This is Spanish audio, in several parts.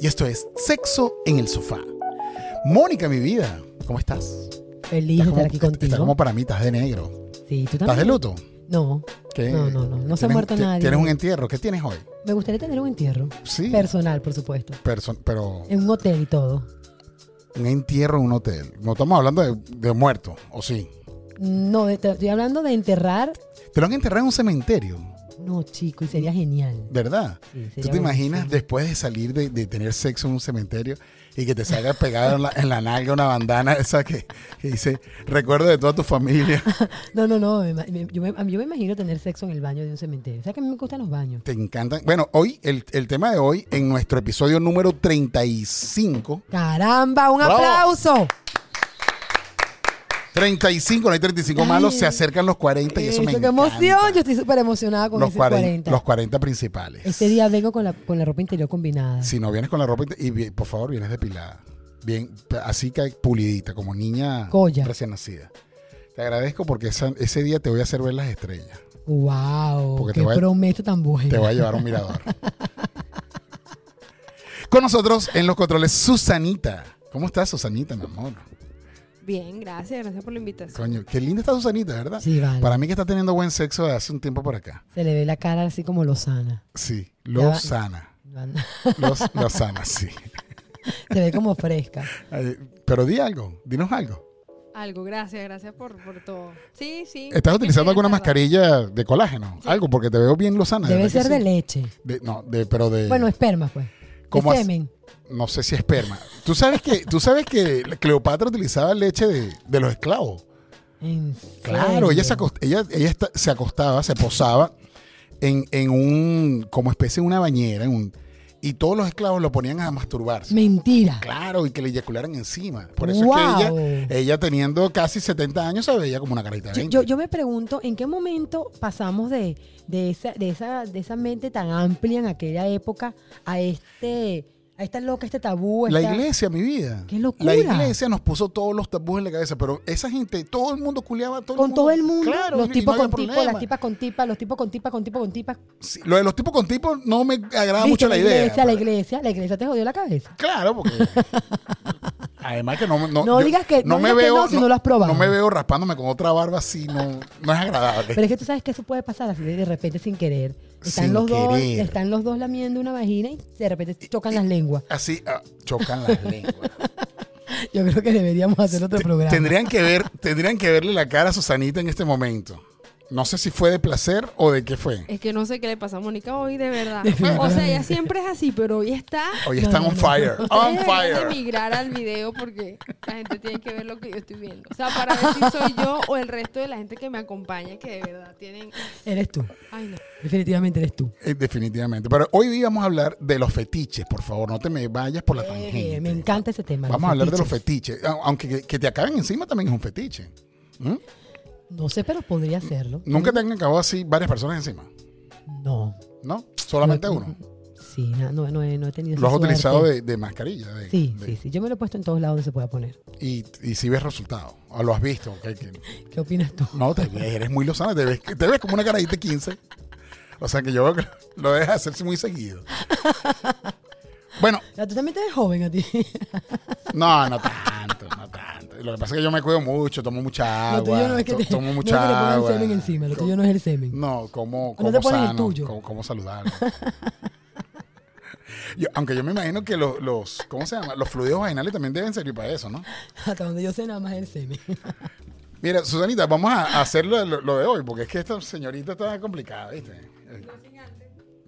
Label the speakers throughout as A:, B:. A: y esto es Sexo en el Sofá. Mónica, mi vida, ¿cómo estás?
B: Feliz de
A: Estás
B: estar
A: como,
B: aquí
A: estás
B: contigo.
A: como para mí, estás de negro.
B: Sí, tú
A: ¿Estás de
B: también.
A: luto?
B: No,
A: ¿Qué?
B: No, no, no, no se ha
A: ¿Tienes-
B: muerto
A: ti-
B: nadie.
A: ¿Tienes un entierro? ¿Qué tienes hoy?
B: me gustaría tener un entierro.
A: Sí,
B: Personal, por supuesto.
A: perso- pero
B: En un hotel y todo.
A: un entierro en un hotel. No estamos hablando de, de muerto, ¿o sí?
B: No, de- te- estoy hablando de enterrar.
A: Te lo han enterrado en un cementerio,
B: No, chico, y sería genial.
A: ¿verdad?
B: Sí, sería
A: ¿Tú te imaginas
B: buenísimo.
A: después de salir de, de tener sexo en un cementerio y que te salga pegada en la, en la nalga una bandana esa que, que dice recuerdo de toda tu familia?
B: No, no, no. me ima- me- Yo me, yo me imagino tener sexo en el baño de un cementerio. O sea que a mí me gustan los baños.
A: Te encantan. Bueno, hoy, el, el tema de hoy, en nuestro episodio número 35.
B: ¡Caramba! ¡Un
A: Bravo.
B: aplauso!
A: 35, no hay 35 malos, se acercan los 40 y eso, me
B: ¡Qué
A: encanta.
B: emoción! Yo estoy súper emocionada con
A: los,
B: ese
A: 40,
B: 40.
A: los 40 principales.
B: Este día vengo con la, con la ropa interior combinada.
A: Si no vienes con la ropa inte- y vi- por favor vienes depilada. Bien, así que pulidita, como niña
B: Colla.
A: recién nacida. Te agradezco porque esa- ese día te voy a hacer ver las estrellas.
B: ¡Wow!
A: Porque te
B: ¡Qué
A: voy a-
B: promesa tan buena!
A: Te voy a llevar a un mirador. con nosotros en los controles, Susanita. ¿Cómo estás, Susanita, mi amor?
C: Bien, gracias, gracias por la invitación.
A: Coño, qué linda está Susanita, ¿verdad?
B: Sí, vale.
A: Para mí que está teniendo buen sexo de hace un tiempo por acá.
B: Se le ve la cara así como lozana.
A: Sí,
B: Ya va.
A: Lozana. Los, Lozana, sí.
B: Se ve como fresca.
A: Ay, Pero di algo, dinos algo.
C: Algo, gracias, gracias por, por todo. Sí, sí.
A: ¿Estás utilizando
C: Estoy
A: alguna
C: encerrada.
A: mascarilla de colágeno? Algo, porque te veo bien lozana.
B: Debe
A: ¿verdad que
B: ser de
A: sí?
B: leche.
A: De- no, de, pero de...
B: Bueno, esperma, pues.
A: ¿cómo
B: ¿Cómo
A: hace-
B: semen.
A: no sé si esperma. ¿Tú sabes que, tú sabes que Cleopatra utilizaba leche de, de los esclavos?
B: En
A: Claro, ella se,
B: serio.
A: acost- ella, ella esta- se acostaba, se posaba en, en un... como especie de una bañera. en un- y todos los esclavos lo ponían a masturbarse.
B: Mentira.
A: Claro, y que le eyacularan encima. Por eso es
B: Guau.
A: que ella, ella teniendo casi 70 años, se veía como una carita de
B: Yo,
A: 20.
B: yo- yo me pregunto en qué momento pasamos de, de, esa, de, esa, de esa mente tan amplia en aquella época a este a esta loca, este tabú.
A: La
B: esta-
A: iglesia, mi vida.
B: ¡Qué locura!
A: La iglesia nos puso todos los tabúes en la cabeza, pero esa gente, todo el mundo culiaba, todo
B: Con
A: el mundo.
B: todo el mundo,
A: Claro, y
B: los
A: no
B: tipos
A: había
B: con tipos,
A: problema.
B: las tipas con tipas, los tipos con tipas, con tipos con tipas.
A: Sí, lo de los tipos con tipos no me agrada
B: Viste,
A: mucho la, idea.
B: iglesia, la
A: pero-
B: iglesia, la iglesia te jodió la cabeza.
A: Claro, porque. Además que no, no,
B: No digas que- no digas que no si no lo has probado.
A: No me veo raspándome con otra barba así, no, no es agradable.
B: Pero es que tú sabes que eso puede pasar así de de repente sin querer. Están
A: Sin
B: los
A: querer.
B: dos, están los dos lamiendo una vagina y de repente chocan las lenguas.
A: Así ah, chocan las lenguas.
B: Yo creo que deberíamos hacer otro
A: Te-
B: programa.
A: Tendrían que, ver, tendrían que verle la cara a Susanita en este momento. No sé si fue de placer o de qué fue.
B: Eh,
C: Es que no sé qué le pasa a Mónica hoy, de verdad. o sea,
B: Definitivamente.
C: ella siempre es así, pero hoy está.
A: Hoy
B: No,
A: están
B: no,
A: on
B: no.
A: fire. On
C: Ustedes deberían de
A: fire.
C: migrar al video porque la gente tiene que ver lo que yo estoy viendo. O sea, para ver si soy yo o el resto de la gente que me acompaña, que de verdad tienen.
B: Eres tú.
C: Ay, no.
B: Definitivamente eres tú.
A: Eh, Definitivamente. Pero hoy día vamos a hablar de los fetiches, por favor. No te me vayas por la tangente.
B: Eh, me encanta ese tema.
A: Vamos a hablar de los fetiches. A- Aunque que- que te acaben encima también es un fetiche. ¿Mm?
B: No sé, pero podría hacerlo.
A: Nunca te han acabado así varias personas encima,
B: No.
A: ¿no? Solamente
B: No,
A: uno.
B: Sí, na- no, no, he- no he tenido esa
A: Los has
B: suerte.
A: utilizado de, de mascarilla. de-
B: Sí,
A: de-
B: sí, sí. Yo me lo he puesto en todos lados donde se pueda poner.
A: Y, y si ves resultado. O lo has visto. que- que-
B: ¿Qué opinas tú?
A: no, te ves, eres muy lozana. Te ves, te ves como una carajita de 15. O sea que yo creo que lo dejas hacerse muy seguido. Bueno,
B: O sea, Tú también te ves joven a ti.
A: No, no tanto, no tanto. Lo que pasa es que yo me cuido mucho, tomo mucha
B: lo tuyo
A: agua,
B: no es que
A: to-
B: te,
A: Ah, tomo
B: no es que
A: mucha
B: te pongan
A: agua.
B: semen encima. Lo
A: Co-
B: tuyo no es el semen.
A: No, como,
B: te
A: como
B: pones el
A: sano,
B: tuyo.
A: como, como saludable. Yo- aunque yo me imagino que los, los, ¿cómo se llama? Los fluidos vaginales también deben servir para eso, ¿no?
B: Hasta donde yo sé nada más el semen.
A: Mira, Susanita, vamos a hacer lo, lo- lo de hoy, porque es que esta señorita está complicada, ¿viste? Eh,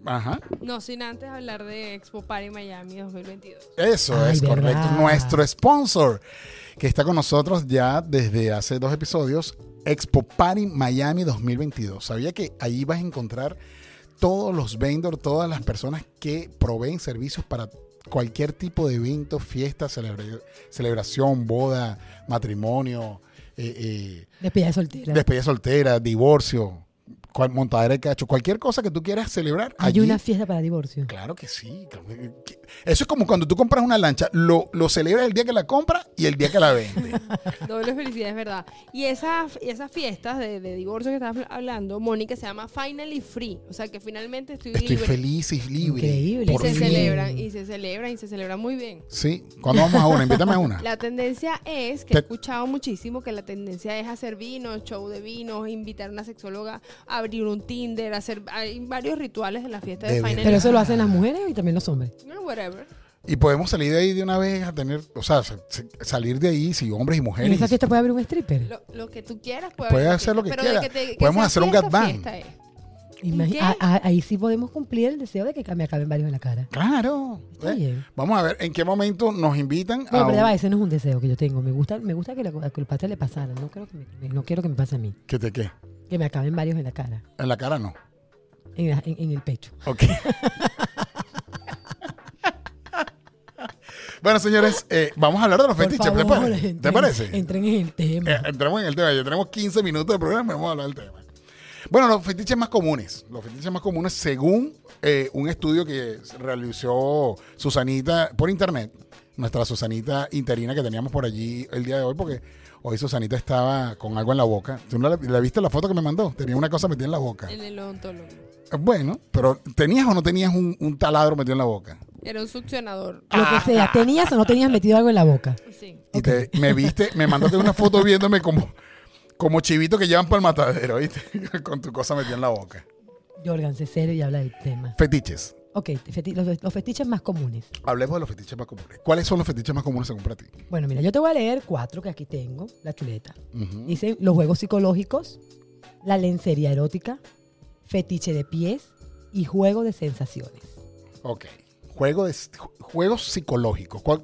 A: Ajá.
C: No sin antes hablar de Expo Party Miami 2022.
A: Eso
B: Ay,
A: es correcto.
B: verdad.
A: Nuestro sponsor, que está con nosotros ya desde hace dos episodios, Expo Party Miami 2022. Sabía que ahí vas a encontrar todos los vendors, todas las personas que proveen servicios para cualquier tipo de evento, fiesta, celebra- celebración, boda, matrimonio, eh, eh,
B: Despedida de soltera.
A: despedida soltera, divorcio, cual- montadera de cacho, cualquier cosa que tú quieras celebrar.
B: Hay
A: allí
B: una fiesta para divorcio.
A: Claro que sí. claro que- que- Eso es como cuando tú compras una lancha, lo, lo celebras el día que la compras y el día que la vendes.
C: Doble felicidad, es verdad. Y esas, y esas fiestas de, de divorcio que estabas hablando, Mónica, se llama Finally Free. O sea, que finalmente estoy,
A: Estoy
C: libre.
A: feliz y libre.
B: Increíble.
C: Y
A: Por
C: se
A: fin.
C: celebran, y se celebran, y se celebran muy bien.
A: Sí, cuando vamos a una? Invítame a una.
C: La tendencia es,
A: Ah.
C: que
A: Te-
C: he escuchado muchísimo, que la tendencia es hacer vinos, show de vinos, invitar a una sexóloga, abrir un Tinder, hacer... Hay varios rituales en la fiesta de,
A: De
C: Final
B: Pero eso lo hacen las mujeres y también los hombres.
C: No, whatever.
A: Y podemos salir de ahí de una vez a tener, o sea, sa- sa- salir de ahí, si hombres y
B: En
A: mujeres.
B: esa fiesta puede haber un stripper.
C: Lo, lo que tú quieras puede
A: Puedes
C: haber
A: hacer lo que
C: fiesta,
A: quieras.
C: pero de te-
A: Podemos
C: sea
A: hacer un
C: fiesta,
A: Gat Band.
C: fiesta eh, es.
B: Imagi-
C: ¿Qué?
B: a- a- ahí sí podemos cumplir el deseo de que ca- me acaben varios en la cara.
A: Claro.
B: Está
A: ¿eh?
B: bien.
A: Vamos a ver en qué momento nos invitan
B: No,
A: a.
B: pero ya
A: un-
B: va, ese no es un deseo que yo tengo. Me gusta, me gusta que la, que el pastel le pasara. No, creo que me- me- no quiero que me pase a mí.
A: ¿Qué te qué?
B: Que me acaben varios en la cara,
A: En la cara no.
B: en, la- en- en el pecho.
A: Ok. bueno, señores, eh, vamos a hablar de los
B: Por
A: fetiches. ¿Te
B: favor,
A: parece? ¿Te
B: entren-
A: parece?
B: Entren en el tema.
A: Eh, entramos en el tema. Ya tenemos 15 minutos de programa y vamos a hablar del tema. Bueno, los fetiches más comunes. Los fetiches más comunes, según eh, un estudio que realizó Susanita por internet, nuestra Susanita interina que teníamos por allí el día de hoy, porque hoy Susanita estaba con algo en la boca. ¿Tú no la, la viste la foto que me mandó? Tenía una cosa metida en la boca.
C: En el odontólogo.
A: Eh, Bueno, pero ¿tenías o no tenías un, un taladro metido en la boca?
C: Era un succionador.
A: Ah.
B: Lo que sea, ¿tenías o no tenías metido algo en la boca?
C: Sí.
A: Y te, me viste, me mandaste una foto viéndome como, como chivito que llevan para el matadero, ¿viste? Con tu cosa metida en la boca.
B: Jorgan, sé serio y habla del tema.
A: Fetiches.
B: Ok, feti- los, los fetiches más comunes.
A: Hablemos de los fetiches más comunes. ¿Cuáles son los fetiches más comunes según para ti?
B: Bueno, mira, yo te voy a leer cuatro que aquí tengo, la chuleta.
A: Ujú.
B: Dicen los juegos psicológicos, la lencería erótica, fetiche de pies y juego de sensaciones.
A: Ok. Juego de, ju- juegos psicológicos. ¿Cuál,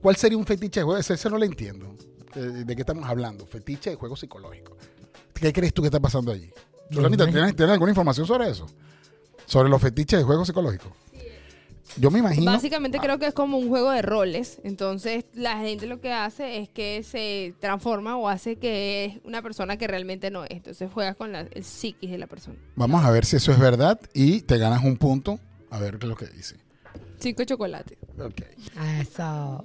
A: cuál sería un fetiche de juego? Ese, ese no lo entiendo. Eh, ¿De qué estamos hablando? Fetiche de juego psicológico. ¿Qué crees tú que está pasando allí?
B: Yo
A: Solanita,
B: me imagino-
A: ¿tienes, tienes alguna información sobre eso? Sobre los fetiches de juego psicológico. Yo me imagino.
C: Básicamente creo que es como un juego de roles. Entonces la gente lo que hace es que se transforma o hace que es una persona que realmente no es. Entonces juegas con la, el psiquis de la persona.
A: Vamos a ver si eso es verdad y te ganas un punto. A ver qué es lo que dice.
C: Cinco chocolates.
A: Ok.
B: Ah, Eso.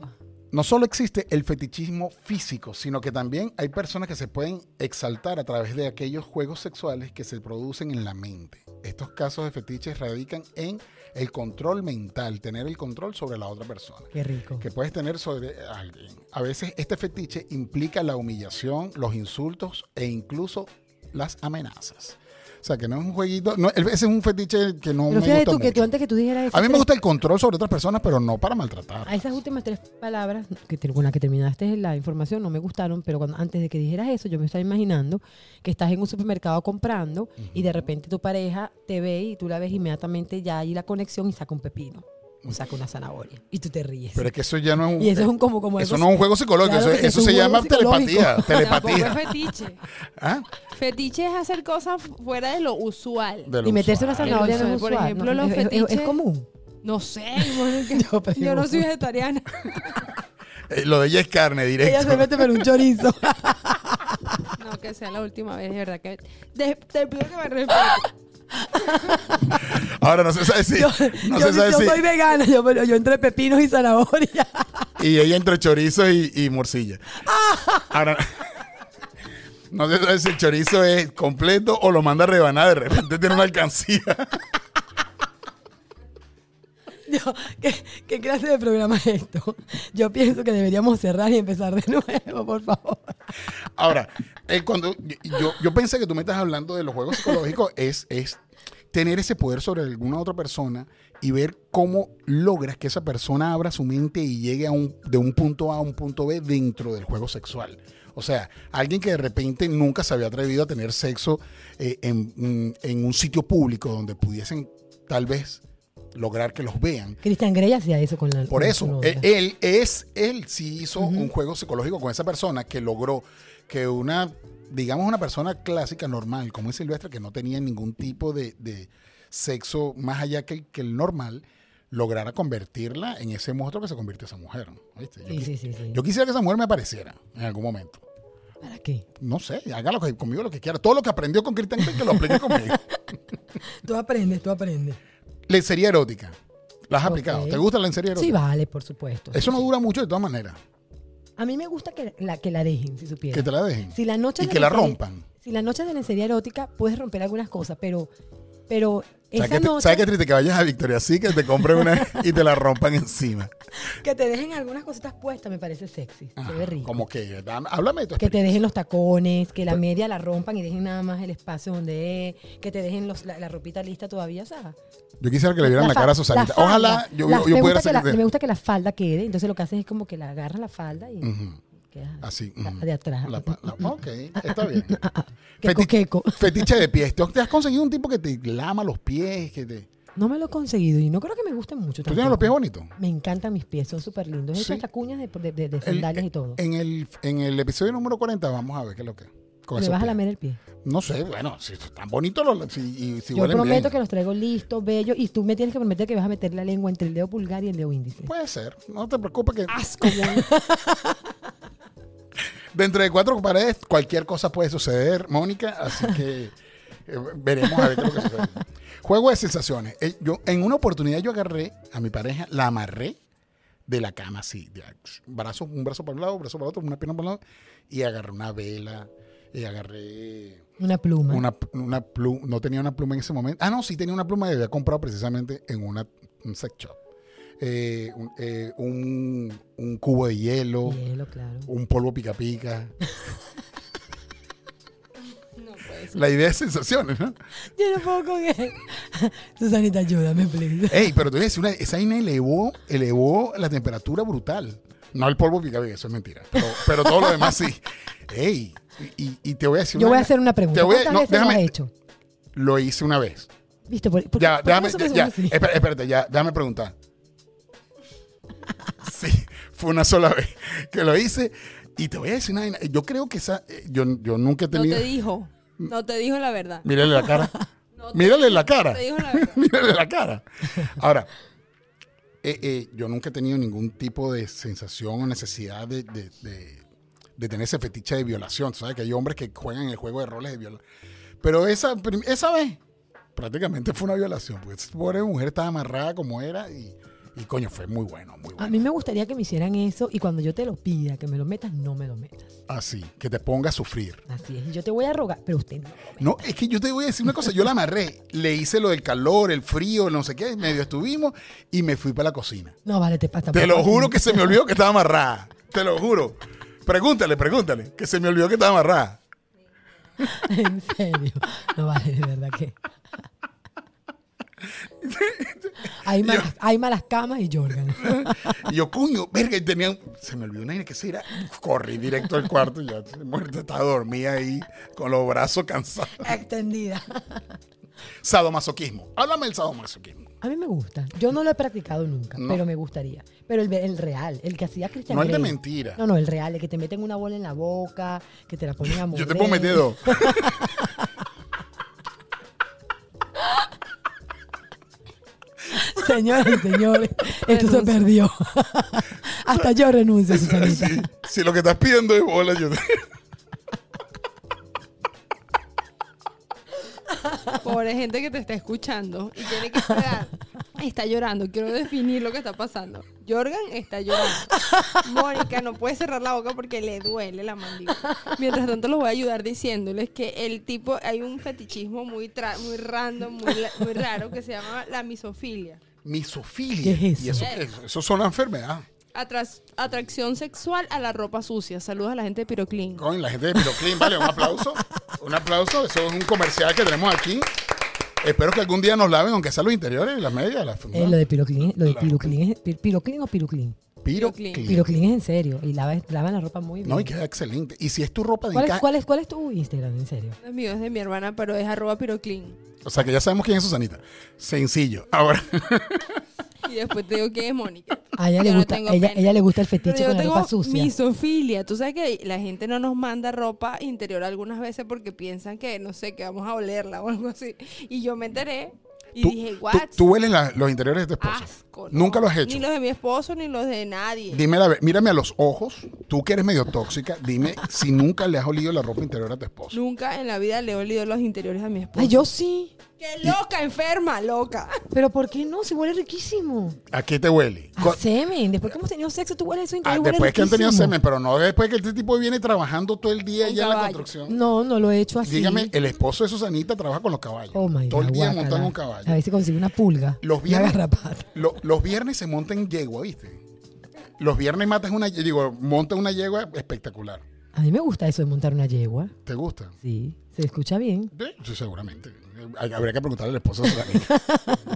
A: No solo existe el fetichismo físico, sino que también hay personas que se pueden exaltar a través de aquellos juegos sexuales que se producen en la mente. Estos casos de fetiches radican en el control mental, tener el control sobre la otra persona
B: Qué rico.
A: que puedes tener sobre alguien. A veces este fetiche implica la humillación, los insultos e incluso las amenazas. O sea, que no es un jueguito, no, ese es un fetiche que no
B: Pero
A: me gusta
B: fíjate tú que tú
A: mucho.
B: antes que tú dijeras eso.
A: A mí me gusta el control sobre otras personas, pero no para maltratar.
B: A esas últimas tres palabras que te- con las que terminaste la información no me gustaron, pero cuando, antes de que dijeras eso, yo me estaba imaginando que estás en un supermercado comprando y de repente tu pareja te ve y tú la ves inmediatamente ya ahí la conexión y saca un pepino o saca una zanahoria y tú te ríes.
A: Pero es que eso ya no es un,
B: y eso es un como, como
A: eso
B: algo-
A: no es un juego psicológico,
B: Claro
A: eso, eso
B: que es un
A: se
B: juego
A: llama
B: psicológico.
A: telepatía.
C: Tampoco es
A: Telepatía.
C: fetiche.
A: ¿Ah?
C: Fetiche es hacer cosas fuera de lo usual.
A: De lo
B: Y meterse una
A: usual.
B: zanahoria no es
C: usual. Por
B: usual.
C: ejemplo,
B: no,
C: los
B: es, es- es- es
C: fetiches-
B: común.
C: No sé, Mónica.
B: Yo
C: yo,
B: pregunto.
C: no soy vegetariana.
A: Eh, lo de ella es carne,
B: Ella se
A: directo.
B: mete pero un chorizo.
C: No, que sea la última vez, de verdad que. de- te pido que me respetes.
A: Ahora no se sabe si.
B: yo
A: no
B: yo-
A: se sabe
B: yo
A: si-
B: soy vegana, yo, pero yo entre pepinos y zanahoria.
A: Y ella entre chorizo y, y morcilla. Ahora, no sé sabe si el chorizo es completo o lo manda rebanada. De repente tiene una alcancía.
B: Yo, ¿qué, qué clase de programa es esto? Yo pienso que deberíamos cerrar y empezar de nuevo, por favor.
A: Ahora, eh, cuando yo, yo- yo pensé que tú me estás hablando de los juegos psicológicos, es, es tener ese poder sobre alguna otra persona y ver cómo logras que esa persona abra su mente y llegue a un, de un punto A a un punto B dentro del juego sexual. O sea, alguien que de repente nunca se había atrevido a tener sexo eh, en, mm, en un sitio público donde pudiesen tal vez lograr que los vean.
B: Cristian Grey hacía eso con la.
A: Por
B: con
A: eso,
B: su novia.
A: eh, él es, él sí hizo un juego psicológico con esa persona que logró que una, digamos, una persona clásica, normal, como es Silvestre, que no tenía ningún tipo de, de sexo más allá que el, que el normal, lograra convertirla en ese monstruo que se convirtió esa mujer. ¿viste? Yo,
B: Sí,
A: quis-
B: sí, sí, sí.
A: yo quisiera que esa mujer me apareciera en algún momento.
B: ¿Para qué?
A: No sé, haga lo que- conmigo lo que quiera. Todo lo que aprendió con Christian Grey, que lo aplique conmigo.
B: Tú aprendes, tú aprendes.
A: Lencería erótica. ¿La has aplicado?
B: Ok.
A: ¿Te gusta la lencería erótica?
B: Sí, vale, por supuesto.
A: Eso no dura mucho de todas maneras.
B: A mí me gusta que la, que la dejen, si supieras.
A: Que te la dejen.
B: Si la noche
A: y
B: de
A: que la
B: lencería-
A: rompan.
B: Si la noche de lencería erótica, puedes romper algunas cosas, pero, pero esa
A: ¿Sabes qué,
B: noche
A: ¿Sabes qué triste? Que vayas a Victoria sí que te compren una y te la rompan encima.
B: que te dejen algunas cositas puestas me parece sexy.
A: Ajá,
B: se ve rico.
A: Como que, dame- háblame de tu
B: Que te
A: experiencia.
B: dejen los tacones, que
A: Pues
B: la media la rompan y dejen nada más el espacio donde es, que te dejen los- la, la ropita lista todavía, ¿sabes?
A: Yo quisiera que le vieran la,
B: fa-
A: cara a Susanita.
B: falda.
A: Ojalá yo,
B: La-
A: yo
B: me
A: pudiera este
B: gusta que la-
A: ser-
B: Me gusta que la falda quede, entonces lo que haces es como que la agarras la falda y
A: Ujú,
B: quedas
A: Así.
B: la-
A: ujú.
B: de atrás. Ah,
A: La pa- la- ok, está bien.
B: Queco,
A: Feti-
B: queco.
A: Fetiche de pies. ¿Te has conseguido un tipo que te lama los pies? Que te...
B: No me lo he conseguido y no creo que me gusten mucho.
A: ¿Tú tienes los pies
B: tampoco.
A: bonitos?
B: Me encantan mis pies, son súper lindos.
A: Sí.
B: Esas tacuñas de, de, de- de
A: El- eh,
B: sandalias y todo.
A: En el, en el episodio número 40 vamos a ver qué es lo que... con
B: Me
A: esos
B: vas a
A: pies.
B: lamer el pie.
A: No sé, bueno, si están bonitos los... Si, y si
B: Yo
A: huelen
B: prometo
A: bien.
B: que los traigo listos, bellos, y tú me tienes que prometer que vas a meter la lengua entre el dedo pulgar y el dedo índice.
A: Puede ser. No te preocupes que... ¡Asco! Dentro de cuatro paredes cualquier cosa puede suceder, Mónica, así que eh, veremos a ver qué es lo que sucede. Juego de sensaciones. Eh, Yo, en una oportunidad yo agarré a mi pareja, la amarré de la cama así, de- brazos, un brazo para un lado, un brazo para otro, una pierna para un lado, y agarré una vela, y agarré
B: Una pluma.
A: una, una pluma, no tenía una pluma en ese momento. Ah, no, sí tenía una pluma que había comprado precisamente en una, un sex shop. Eh, un, eh, un- un cubo de hielo,
B: Hielo, claro.
A: un polvo pica pica.
C: No puede ser.
A: La idea es sensaciones, ¿no?
B: Yo no puedo con él. Susanita, ayúdame, please.
A: Ey, pero te voy a decir, una- esa vaina elevó, elevó la temperatura brutal. No el polvo pica pica, eso es mentira. Pero, pero todo lo demás sí. Ey, y, y- y te voy a decir
B: Yo voy a
A: vaina.
B: hacer una pregunta.
A: Te voy a-
B: ¿Cuántas
A: no,
B: veces lo has
A: déjame-
B: hecho?
A: Lo hice una vez.
B: ¿Viste? Por, por-
A: Ya,
B: por
A: déjame,
B: eso me
A: ya, ya.
B: suena
A: eh.
B: así.
A: Espera- espérate, ya, déjame preguntar. Sí, fue una sola vez que lo hice. Y te voy a decir una vaina, Yo creo que esa. eh, Yo, yo nunca he
C: No
A: tenido.
C: te dijo. No te dijo la verdad.
A: Mírale la cara.
C: No te,
A: Mírale la cara.
C: te dijo la verdad.
A: Mírale la cara. Ahora, eh, eh, yo nunca he tenido ningún tipo de sensación o necesidad de, de- de- de tener ese fetiche de violación. Tú ¿Sabes? Que hay hombres que juegan el juego de roles de violación. Pero esa, prim- esa vez, prácticamente fue una violación. Porque esa pobre mujer estaba amarrada como era y, y coño, fue muy bueno, muy
B: A
A: bueno.
B: mí me gustaría que me hicieran eso y cuando yo te lo pida, que me lo metas, no me lo metas.
A: Así, que te ponga a sufrir.
B: Así es. Y yo te voy a rogar, pero usted no.
A: No, es que yo te voy a decir una cosa. Yo la amarré, le hice lo del calor, el frío, no sé qué, medio estuvimos y me fui para la cocina.
B: No, vale, te pasa.
A: Te lo juro que se me olvidó que estaba amarrada. Te lo juro. Pregúntale, pregúntale. Que se me olvidó que estaba amarrada.
B: en serio. No, vale, de verdad que... Hay malas, hay malas camas y Jordan.
A: Y yo, coño, verga, y tenía. Se me olvidó una vaina que se era. Corrí directo al cuarto y ya muerta estaba dormida ahí con los brazos cansados.
B: Extendida.
A: Sadomasoquismo. Háblame del sadomasoquismo.
B: A mí me gusta. Yo no lo he practicado nunca,
A: No.
B: pero me gustaría. Pero el, el real, el que hacía Cristian
A: No el de
B: Grey.
A: mentira.
B: No, no, el real, el que te meten una bola en la boca, que te la ponen a
A: Yo
B: morder.
A: te puedo meter dos.
B: Señoras y señores, esto se
C: Renuncio.
B: perdió. Hasta yo renuncio, Susanita.
A: Si, si lo que estás pidiendo es bola, yo te.
C: Pobre gente que te está escuchando y tiene que esperar. Está llorando. Quiero definir lo que está pasando. Jorgan está llorando. Mónica no puede cerrar la boca porque le duele la mandíbula. Mientras tanto, los voy a ayudar diciéndoles que el tipo, hay un fetichismo muy, tra- muy random, muy, la- muy raro, que se llama la misofilia.
A: Misofilia.
B: ¿Qué es
A: Y
B: eso?
A: eso, eso, eso son enfermedades.
C: Atras- atracción sexual a la ropa sucia. Saludos a la gente de Piroclin.
A: Coño, la gente de Piroclin, vale, un aplauso. Un aplauso. Eso es un comercial que tenemos aquí. Espero que algún día nos laven, aunque sean los interiores y las medias. Las,
B: Eh, lo de piroclin, lo de piroclin, es- pir- piroclin o piroclin.
A: Piroclin.
B: Piroclin es en serio y lava- lavan la ropa muy bien.
A: No, y queda excelente. Y si es tu ropa de
B: ¿Cuál, es,
A: encaje.
B: cuál es- cuál es tu Instagram, en serio?
C: No es mío, es de mi hermana, pero es arroba Piroclin.
A: O sea, que ya sabemos quién es Susanita. Sencillo. Ahora,
C: Y después te digo que es Mónica.
B: A ella, le
C: Yo no
B: gusta,
C: tengo
B: ella,
C: pene.
B: ella le gusta el fetiche
C: Pero
B: con
C: yo
B: la
C: tengo
B: ropa sucia.
C: misofilia. Tú sabes que la gente no nos manda ropa interior algunas veces porque piensan que, no sé, que vamos a olerla o algo así. Y yo me enteré y
A: tú,
C: dije,
A: tú-
C: what?
A: tú hueles la- los interiores de tu esposa.
C: Asco. no.
A: Nunca lo has hecho.
C: Ni los de mi esposo, ni los de nadie.
A: Dime la ver- mírame a los ojos. Tú que eres medio tóxica, dime si nunca le has olido la ropa interior a tu esposa.
C: Nunca en la vida le he olido los interiores a mi esposo.
B: Ay, yo sí.
C: ¡Qué loca, enferma, loca!
B: Pero ¿por qué no? Si huele riquísimo.
A: ¿A qué te huele?
B: A
A: Co-
B: semen. Después que hemos tenido sexo, tú hueles eso
A: Ah,
B: increíble. huele
A: después que han tenido
B: riquísimo.
A: semen, pero no después que este tipo viene trabajando todo el día
C: Un
A: allá en la
C: caballo.
A: construcción.
B: No, no lo he hecho así.
A: Dígame, el esposo de Susanita trabaja con los caballos.
B: Oh my
A: todo el
B: God,
A: día
B: guácala.
A: montando un
B: A
A: caballo.
B: ver si consigue una pulga.
A: Los
B: una
A: viernes-
B: garrapata.
A: Lo- los viernes se monta en yegua, ¿viste? Los viernes matas una, digo, monta una yegua espectacular.
B: A mí me gusta eso de montar una yegua.
A: ¿Te gusta?
B: Sí, se escucha bien.
A: Sí, sí, seguramente. Eh, hay- Habría que preguntarle al esposo de Susanita.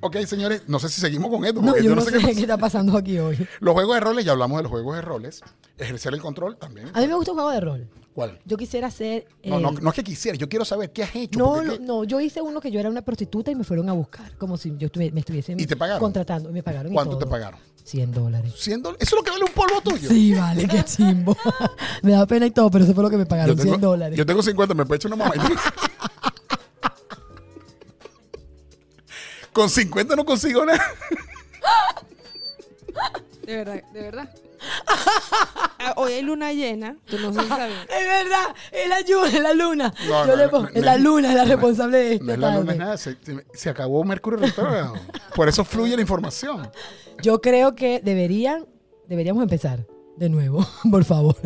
A: ok, señores, no sé si seguimos con esto.
B: No,
A: porque
B: yo no sé
A: qué
B: qué,
A: pasa.
B: está pasando aquí hoy.
A: Los juegos de roles, ya hablamos de los juegos de roles. Ejercer el control también.
B: A mí me gusta un juego de rol.
A: ¿Cuál?
B: Yo quisiera ser.
A: No,
B: el-
A: no, no es que quisiera, yo quiero saber qué has hecho.
B: eh, No,
A: porque
B: no,
A: qué-
B: no, yo hice uno que yo era una prostituta y me fueron a buscar, como si yo estuve- me estuviesen
A: ¿Y te pagaron?
B: contratando. Y me pagaron y
A: ¿Cuánto te
B: todo.
A: pagaron?
B: 100 dólares.
A: 100 dólares. Eso es lo que vale un polvo tuyo.
B: Sí, vale, qué chimbo. me da pena y todo, pero eso fue lo que me pagaron, 100 dólares.
A: yo tengo 50, me puedo echar una mamá. Con 50 no consigo nada.
C: De verdad, de verdad. Ah, Hoy hay luna llena, tú no sé si sabías.
B: Es verdad, es la lluna, es la luna.
A: No,
B: Yo
A: no,
B: le
A: no,
B: pongo-
A: no,
B: es
A: no
B: la
A: es-
B: luna, es la
A: no es-
B: responsable de esta
A: No es la luna,
B: tarde.
A: es nada. Se, se acabó Mercurio retrógrado. Por eso fluye la información.
B: Yo creo que deberían, deberíamos empezar de nuevo, por favor.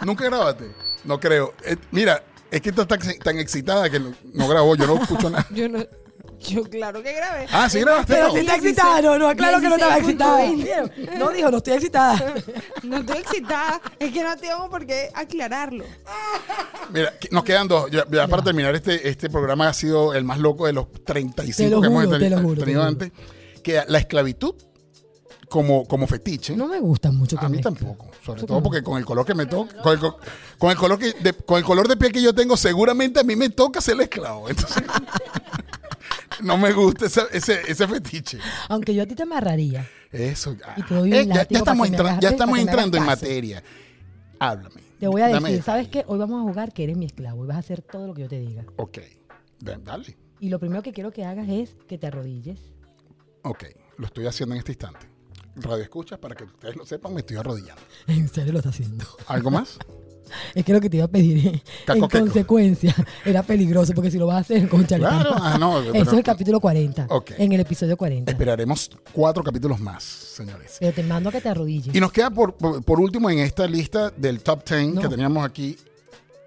A: Nunca grabaste. No creo. Eh, mira, es que estás tan, tan excitada que no, no grabó. Yo no escucho nada.
C: Yo no. Yo, claro que grabé.
A: Ah, sí grabaste.
B: Pero
A: no?
B: si está excitada, no, no, claro que no estaba excitada.
C: 16.20.
B: ¿Vieron? No dijo, no estoy excitada.
C: No estoy excitada. Es que no tengo por qué aclararlo.
A: Mira, que- nos quedan dos. Ya, ya para
B: Ya.
A: terminar, este, este programa ha sido el más loco de los 35
B: Te lo
A: que hemos
B: juro, te lo juro, te
A: tenido
B: lo
A: antes. Que la esclavitud como, como fetiche.
B: No me gusta mucho Ah, que
A: a mí
B: mezclen.
A: tampoco. Sobre
B: Eso
A: todo
B: no.
A: porque con el color que me toca, con el, co- con el color que de, con el color de piel que yo tengo, seguramente a mí me toca ser el esclavo. Entonces, no me gusta esa- ese, ese fetiche.
B: Aunque yo a ti te amarraría.
A: Eso. ah,
B: Y te doy un
A: eh, ya- ya,
B: látigo para
A: estamos,
B: que me
A: entra- ya
B: hagas- para
A: estamos
B: que me hagas
A: entrando en
B: caso.
A: materia. Háblame.
B: Te voy a
A: Dame
B: decir,
A: esto.
B: ¿sabes qué? Hoy vamos a jugar que eres mi esclavo y vas a hacer todo lo que yo te diga.
A: Ok. Da- Dale.
B: Y lo primero que quiero que hagas es que te arrodilles.
A: Ok, lo estoy haciendo en este instante. Radio escuchas, para que ustedes lo sepan, me estoy arrodillando.
B: En serio lo está haciendo.
A: ¿Algo más?
B: Es que lo que te iba a pedir eh, en
A: Caco, queco.
B: consecuencia era peligroso porque si lo vas a hacer con
A: Claro, ah, no,
B: Eso es
A: pero-
B: el capítulo 40.
A: Ok.
B: En el episodio 40.
A: Esperaremos cuatro capítulos más, señores.
B: Pero te mando a que te arrodilles.
A: Y nos queda por, por- por último en esta lista del top 10
B: No.
A: que teníamos aquí,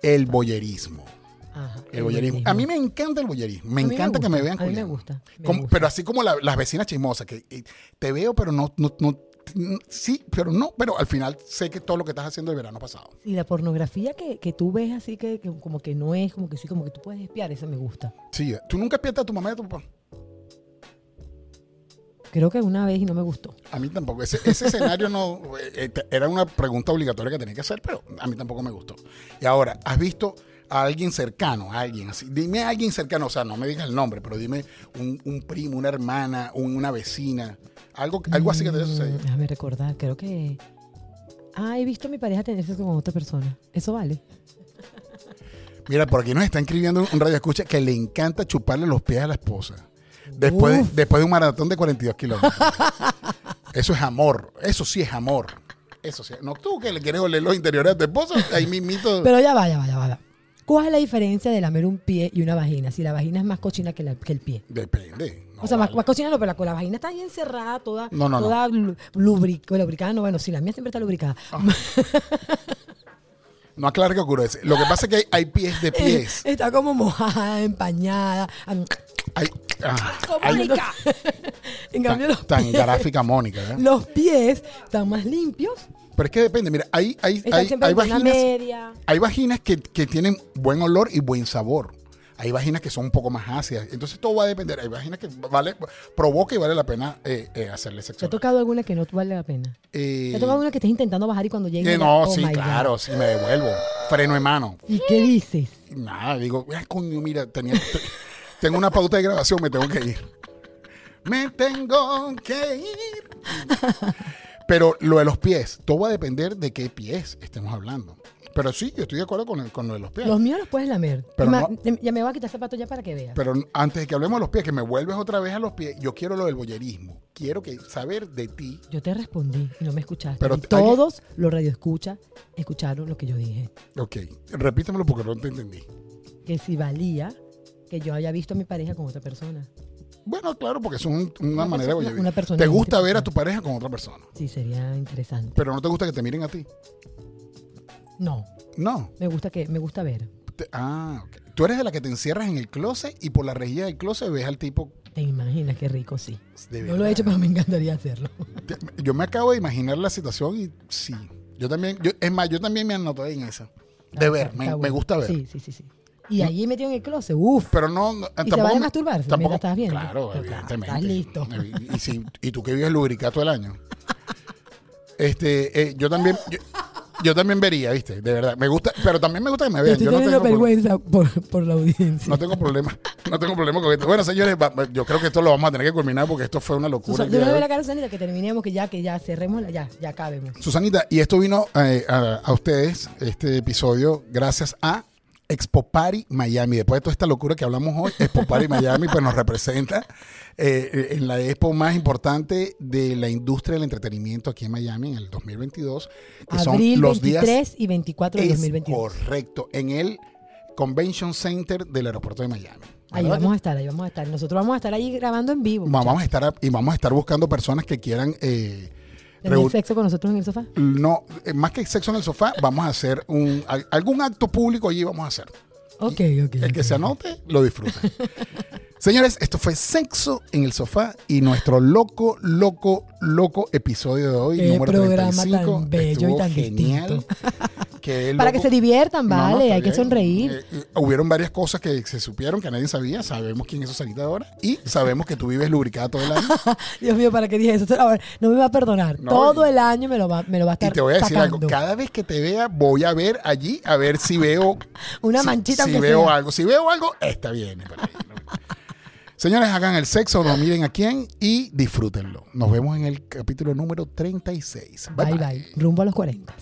A: el boyerismo.
B: Ajá,
A: El boyerismo. A mí me encanta el boyerismo. Me
B: A mí me
A: encanta que me
B: gusta,
A: vean
B: a mí me
A: culiando.
B: gusta, me
A: Como-
B: gusta.
A: Pero así como la- las vecinas chismosas, que eh, te veo, pero no, no, no- Sí, pero no. Pero al final sé que todo lo que estás haciendo el verano pasado.
B: Y la pornografía que, que tú ves así que, que como que no es, como que sí, como que tú puedes espiar, eso me gusta.
A: Sí, eh, tú nunca pierdes a tu mamá y a tu papá.
B: Creo que una vez y no me gustó.
A: A mí tampoco. Ese, ese escenario no eh, eh, te- era una pregunta obligatoria que tenía que hacer, pero a mí tampoco me gustó. Y ahora, ¿has visto a alguien cercano? A alguien así. Dime a alguien cercano, o sea, no me digas el nombre, pero dime un, un primo, una hermana, un- una vecina, algo, algo así que te haya
B: Mm,
A: sucedido.
B: Déjame recordar, creo que. Ah, he visto a mi pareja tener sexo con otra persona. Eso vale.
A: Mira, por aquí nos está escribiendo un radio escucha que le encanta chuparle los pies a la esposa. Después, de,
B: Uf.
A: después de un maratón de 42 kilómetros. Eso es amor. Eso sí es amor. Eso sí. No tú que le quieres oler los interiores a tu esposa. Ahí mismito.
B: Pero ya va, ya va, ya va. ya va. ¿Cuál es la diferencia de lamer un pie y una vagina? Si la vagina es más cochina que, la- que el pie.
A: Depende. No
B: o sea, más,
A: vale.
B: más cochina no, pero la, la vagina está bien cerrada, toda,
A: No, no, no.
B: toda lu- lubric- lubricada. No, bueno, sí, la mía siempre está lubricada.
A: Ah. No aclara que ocurre. Lo que pasa es que hay, hay pies de pies.
B: está como mojada, empañada. am-
A: Hay, ah, hay-
C: Mónica.
B: en cambio, los
A: tan, tan
B: pies-
A: gráfica Mónica. ¿verdad?
B: los pies están más limpios.
A: Pero es que depende. Mira, hay, hay,
B: Están
A: hay,
B: siempre
A: hay
B: con una
A: vaginas,
B: media.
A: hay vaginas que, que tienen buen olor y buen sabor. Hay vaginas que son un poco más ácidas. Entonces todo va a depender. Hay vaginas que vale, provoca y vale la pena eh, eh, hacerle
B: ¿Te
A: sexo.
B: ha tocado alguna que no vale la pena?
A: Eh,
B: ¿Te ha tocado alguna que estés intentando bajar y cuando llegue?
A: eh,
B: ya,
A: no,
B: oh
A: sí,
B: my God?
A: claro, sí, me devuelvo. Freno en mano.
B: ¿Y qué dices?
A: Nada, digo, "Ah, coño, mira, tenía- te- tengo una pauta de grabación, me tengo que ir. Me tengo que ir. Pero lo de los pies, todo va a depender de qué pies estemos hablando. Pero sí, yo estoy de acuerdo con, el- con lo de los pies.
B: Los míos los puedes lamer.
A: Pero
B: Es más,
A: no-
B: te- ya me voy a quitar zapatos ya para que veas.
A: Pero antes de que hablemos de los pies, que me vuelves otra vez a los pies, yo quiero lo del boyerismo. Quiero que saber de ti.
B: yo te respondí y no me escuchaste.
A: Pero
B: y
A: te- alguien-
B: todos los radioescuchas escucharon lo que yo dije.
A: Ok, repítemelo porque no te entendí.
B: Que si valía que yo haya visto a mi pareja con otra persona.
A: Bueno, claro, porque es un- una,
B: Una
A: manera
B: persona-
A: de
B: una persona
A: Te gusta ver a
B: interesante.
A: tu pareja con otra persona,
B: Sí, sería interesante.
A: pero no te gusta que te miren a ti.
B: No,
A: No.
B: me gusta que me gusta ver.
A: Te- ah, ok. Tú eres de la que te encierras en el closet y por la rejilla del closet ves al tipo
B: Te imaginas qué rico, sí.
A: de
B: No lo he
A: verdad.
B: hecho, pero me encantaría hacerlo.
A: Te- Yo me acabo de imaginar la situación y sí. Yo también, yo- es más, yo también me anoto en esa. De
B: Ah,
A: ver,
B: está-
A: me,
B: está
A: me
B: bueno.
A: gusta ver.
B: Sí, sí, sí, sí. Y allí metido en el closet, uff.
A: Pero no, no,
B: Y se
A: tampoco
B: vale
A: me-
B: masturbarse
A: tampoco-
B: mientras estás viendo.
A: Claro,
B: Pero
A: evidentemente.
B: Estás listo.
A: Y, y si- y tú que vives lubricado todo el año. Este, eh, yo también, yo, yo también vería, viste, de verdad. Me gusta, pero también me gusta que me
B: Yo
A: vean.
B: estoy
A: Yo no
B: teniendo
A: tengo, pro-
B: vergüenza por, por la audiencia.
A: no tengo problema, no tengo problema con esto. Bueno, señores, va- va- yo creo que esto lo vamos a tener que culminar porque esto fue una locura.
B: Susana,
A: el
B: yo
A: día
B: le
A: de
B: veo
A: hoy.
B: la cara a Susanita que terminemos, que ya, que ya cerremos, la- ya, ya acabemos.
A: Susanita, y esto vino eh, a, a ustedes, este episodio, gracias a Expo Party Miami. Después de toda esta locura que hablamos hoy, Expo Party Miami pues nos representa eh, en la expo más importante de la industria del entretenimiento aquí en Miami en el 2022, que
B: Abril
A: son los
B: 23
A: días
B: y 24 de
A: Es
B: 2022.
A: correcto, en el Convention Center del aeropuerto de Miami.
B: Ahí
A: ¿Verdad?
B: vamos a estar, ahí vamos a estar. Nosotros vamos a estar ahí grabando en vivo.
A: Vamos a estar y vamos a estar buscando personas que quieran eh,
B: ¿Tener
A: reun-
B: sexo con nosotros en el sofá?
A: No, eh, más que sexo en el sofá, vamos a hacer un al- algún acto público allí vamos a hacer.
B: Ok, ok.
A: El que se anote lo disfruta. Señores, esto fue sexo en el sofá y nuestro loco, loco, loco episodio de hoy,
B: Qué
A: número
B: programa
A: 35.
B: tan bello y
A: Estuvo
B: tan
A: genial. Quedé
B: Para que
A: loco.
B: se diviertan,
A: No, no,
B: vale,
A: está
B: hay que
A: bien.
B: sonreír.
A: Eh, eh, hubieron varias cosas que se supieron que nadie sabía. Sabemos quién es Susanita ahora y sabemos que tú vives lubricada todo el año.
B: Dios mío, ¿para qué dije eso? Ahora, no me va a perdonar.
A: No,
B: Todo
A: y-
B: el año me lo va, me lo va a
A: Y
B: estar
A: te voy a decir
B: sacando.
A: algo. Cada vez que te vea, voy a ver allí a ver si veo
B: Una
A: si-
B: manchita
A: Si,
B: aunque
A: veo
B: sea.
A: algo, si veo algo, esta viene. por ahí, ¿no? Señores, hagan el sexo, no miren a quién y disfrútenlo. Nos vemos en el capítulo número 36. Bye,
B: bye, bye. Rumbo a los 40.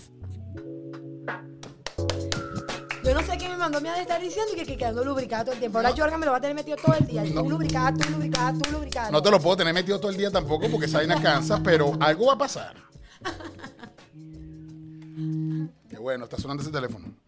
B: Yo no sé quién me mandó a mí a estar diciendo que, que quedando lubricada todo el tiempo. Ahora Jorga me lo va a tener metido todo el día. Tú lubricada, tú lubricada, tú lubricada.
A: No te lo puedo tener metido todo el día tampoco porque esa vaina cansa, pero algo va a pasar. Qué bueno, está sonando ese teléfono.